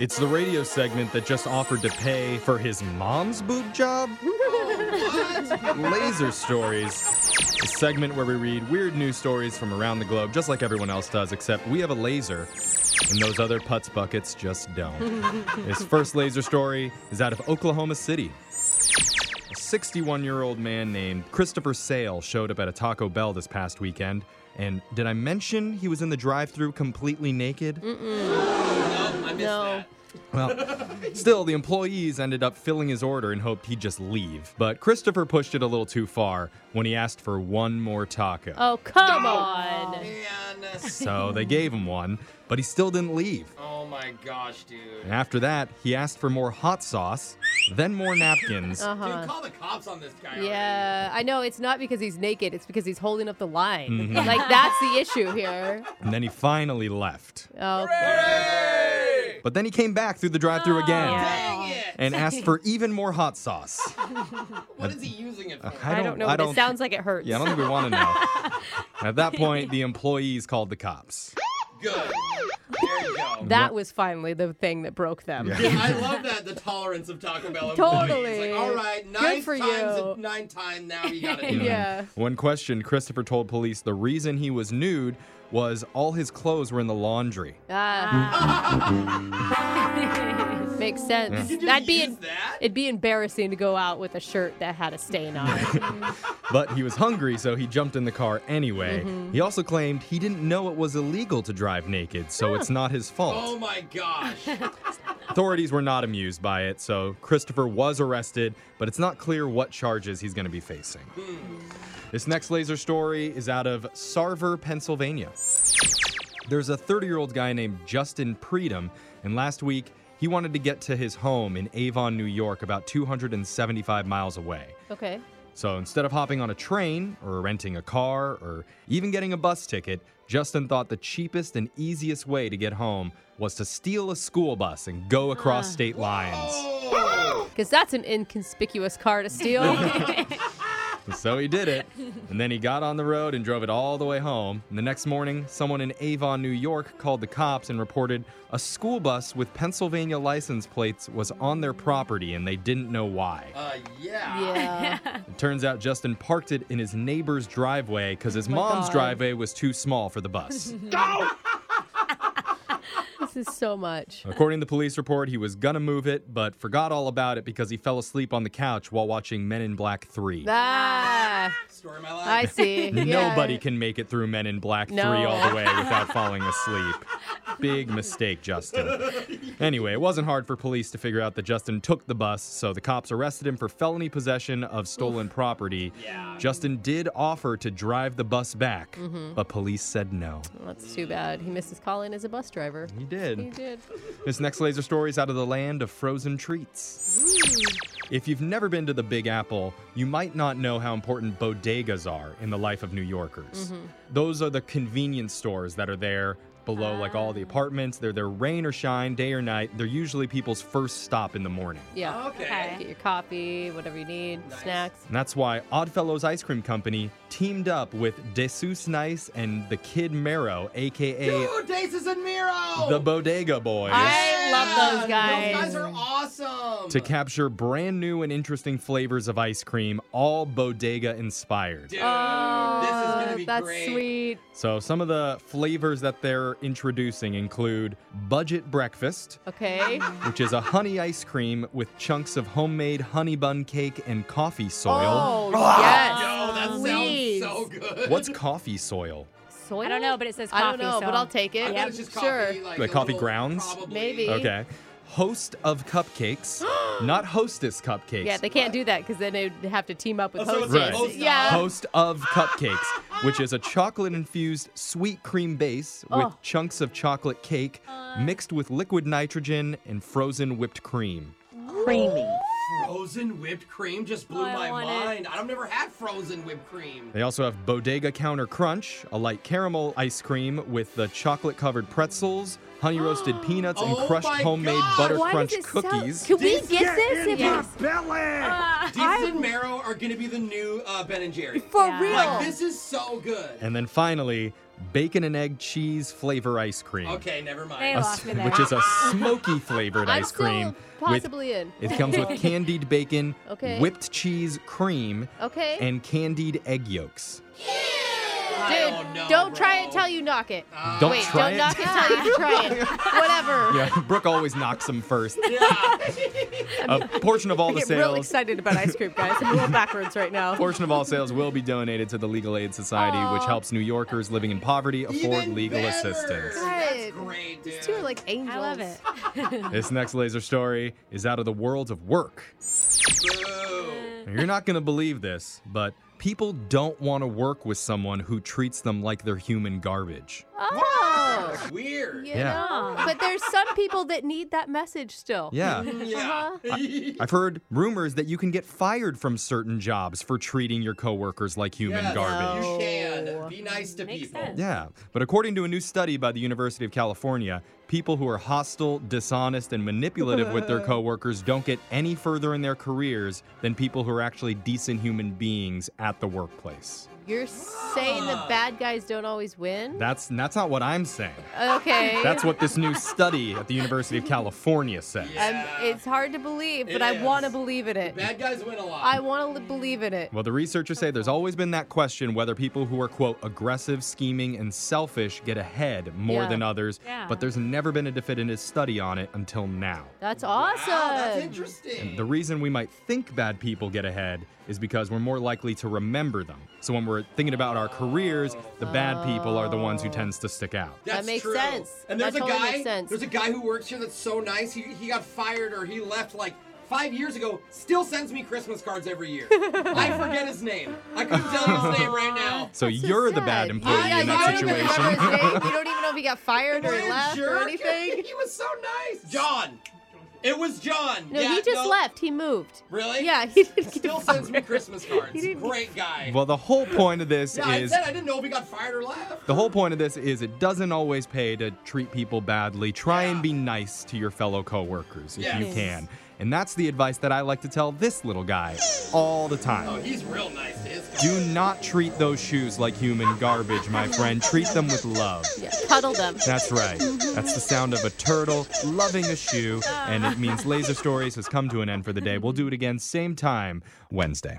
It's the radio segment that just offered to pay for his mom's boob job. Laser Stories, a segment where we read weird news stories from around the globe, just like everyone else does, except we have a laser, and those other putz buckets just don't. His first laser story is out of Oklahoma City. A 61 year old man named Christopher Sale showed up at a Taco Bell this past weekend. And did I mention he was in the drive thru completely naked? No. Well, still, the employees ended up filling his order and hoped he'd just leave. But Christopher pushed it a little too far when he asked for one more taco. Oh, come on. Man. So they gave him one, but he still didn't leave. Oh my gosh, dude. And after that, he asked for more hot sauce, then more napkins. Uh-huh. Dude, call the cops on this guy. Yeah, I know. It's not because he's naked. It's because he's holding up the line. Mm-hmm. Like that's the issue here. And then he finally left. Oh, Already. But then he came back through the drive thru again Yeah. Dang it. and asked for even more hot sauce. What is he using it for? I I don't- don't, know. I but don't- it sounds like it hurts. Yeah, I don't think we want to know. At that point, the employees called the cops. Good. There you go. that was finally the thing that broke them. Yeah. Yeah, I love that the tolerance of Taco Bell. employees. Totally. Like, all right, Good nine for times, you. nine time. Now you got Yeah. it. When questioned, Um, Christopher told police the reason he was nude was all his clothes were in the laundry. Ah. Makes sense. You just That'd be use that? it'd be embarrassing to go out with a shirt that had a stain on it. But he was hungry, so he jumped in the car anyway. He also claimed he didn't know it was illegal to drive naked, so it's not his Oh fault. my gosh. Uh, Authorities were not amused by it, so Christopher was arrested, but it's not clear what charges he's going to be facing. This next laser story is out of Sarver, Pennsylvania. There's a 30 year old guy named Justin Preedom, and last week he wanted to get to his home in Avon, New York, about 275 miles away. Okay. So instead of hopping on a train or renting a car or even getting a bus ticket, Justin thought the cheapest and easiest way to get home was to steal a school bus and go across state lines. Oh. Because that's an inconspicuous car to steal. So he did it. And then he got on the road and drove it all the way home. And the next morning, someone in Avon, New York called the cops and reported a school bus with Pennsylvania license plates was on their property and they didn't know why. Uh, yeah. yeah. It turns out Justin parked it in his neighbor's driveway because his Oh my mom's God. driveway was too small for the bus. This is so much. According to the police report, he was gonna move it, but forgot all about it because he fell asleep on the couch while watching Men in Black 3. Ah, Story of my life. I see. Yeah. Nobody can make it through Men in Black No. 3 all the way without falling asleep. Big mistake, Justin. Anyway, it wasn't hard for police to figure out that Justin took the bus, so the cops arrested him for felony possession of stolen property. Yeah. Justin did offer to drive the bus back, Mm-hmm. but police said no. That's too bad. He missed his call in as a bus driver. Mm-hmm. He He did. This next laser story is out of the land of frozen treats. If you've never been to the Big Apple, you might not know how important bodegas are in the life of New Yorkers. Those are the convenience stores that are there below like all the apartments. They're there rain or shine, day or night. They're usually people's first stop in the morning. Yeah. Okay. Get your coffee, whatever you need, Nice. snacks. And that's why Oddfellows Ice Cream Company teamed up with Desus Nice and the Kid Marrow, aka Dude, Daces and Miro. the Bodega Boys. I love Yeah, those guys. Those guys are awesome. to capture brand new and interesting flavors of ice cream, all bodega inspired. Dude, this is Oh, gonna be that's great. sweet. So, some of the flavors that they're introducing include budget breakfast, Okay. which is a honey ice cream with chunks of homemade honey bun cake and coffee soil. Oh, yes. Yo, that Please. sounds so good. What's coffee soil? Soil? I don't know, but it says coffee. I don't know, so- but I'll take I it. bet Yeah, it's just sure. coffee, like, Like a coffee little- grounds? Uh, probably. Maybe. Okay. Host of cupcakes, not hostess cupcakes. Yeah, they can't do that because then they'd have to team up with Oh, so it's hostess. Right. Host of. Yeah. Host of Cupcakes, which is a chocolate infused sweet cream base with Oh. chunks of chocolate cake mixed with liquid nitrogen and frozen whipped cream. Frozen whipped cream just Oh, blew I my want it. mind. I've never had frozen whipped cream. They also have Bodega Counter Crunch, a light caramel ice cream with the chocolate covered pretzels, honey roasted peanuts, and Oh crushed my homemade God. butter Why crunch does it cookies. Sound- Can we This- get this? If Yes. Deeps and Marrow are gonna be the new uh, Ben and Jerry. For Yeah. real. Like this is so good. and then finally, bacon and egg cheese flavor ice cream. Okay, never mind. A They s- lost me there. which is a smoky flavored I'm ice cream. still with- possibly in. it comes with candied bacon, Okay. whipped cheese cream, Okay. and candied egg yolks. I Dude, don't, know, don't try bro. it till you knock it. Don't Wait, try don't it. knock it till you try it. Whatever. yeah, Brooke always knocks them first. Yeah. A portion of all the I get real sales. excited about ice cream, guys. I'm a little backwards right now. portion of all sales will be donated to the Legal Aid Society, which helps New Yorkers living in poverty afford Even legal better. assistance. That's Good. great, dude. These two are like angels. I love it. This next laser story is out of the world of work. Boo. Now, You're not going to believe this, but people don't want to work with someone who treats them like they're human garbage. Oh. Weird. You Yeah. know? But there's some people that need that message still. Yeah. Yeah. Uh-huh. I've heard rumors that you can get fired from certain jobs for treating your coworkers like human Yes, garbage. You No. can. Be nice to Makes people. sense. Yeah, but according to a new study by the University of California, people who are hostile, dishonest, and manipulative with their coworkers don't get any further in their careers than people who are actually decent human beings at the workplace. You're saying the bad guys don't always win? That's that's not what I'm saying. okay. That's what this new study at the University of California says. Yeah. I'm, Um, it's hard to believe, but It I is. want to believe in it. Bad guys win a lot. I want to believe in it. Well, the researchers say there's always been that question whether people who are, quote, aggressive, scheming, and selfish get ahead more Yeah. than others, Yeah. but there's never been a definitive study on it until now. That's awesome. Wow, that's interesting. The reason we might think bad people get ahead is because we're more likely to remember them. So when we're thinking about our careers, the bad people are the ones who tends to stick out. That's That makes true. sense. And there's That a totally guy. makes sense. There's a guy who works here that's so nice. He, he got fired or he left like five years ago. Still sends me Christmas cards every year. I forget his name. I couldn't tell you his name right now. So That's you're the sad. bad employee yeah, in you that don't even remember situation. his name. You don't even know if he got fired or What he a left or jerk. anything. he was so nice. John. It was John. No, Yeah, he just no. left. He moved. Really? Yeah, he didn't get Still sends me Christmas cards. Great guy. Well, the whole point of this yeah, I is said I didn't know if he got fired or left. the whole point of this is it doesn't always pay to treat people badly. Try and Yeah. be nice to your fellow coworkers if you Yes. can. And that's the advice that I like to tell this little guy all the time. Oh, he's real nice to his. Do not treat those shoes like human garbage, my friend. Treat them with love. Yeah, cuddle them. That's right. That's the sound of a turtle loving a Ah. shoe, and it means Laser Stories has come to an end for the day. We'll do it again, same time, Wednesday.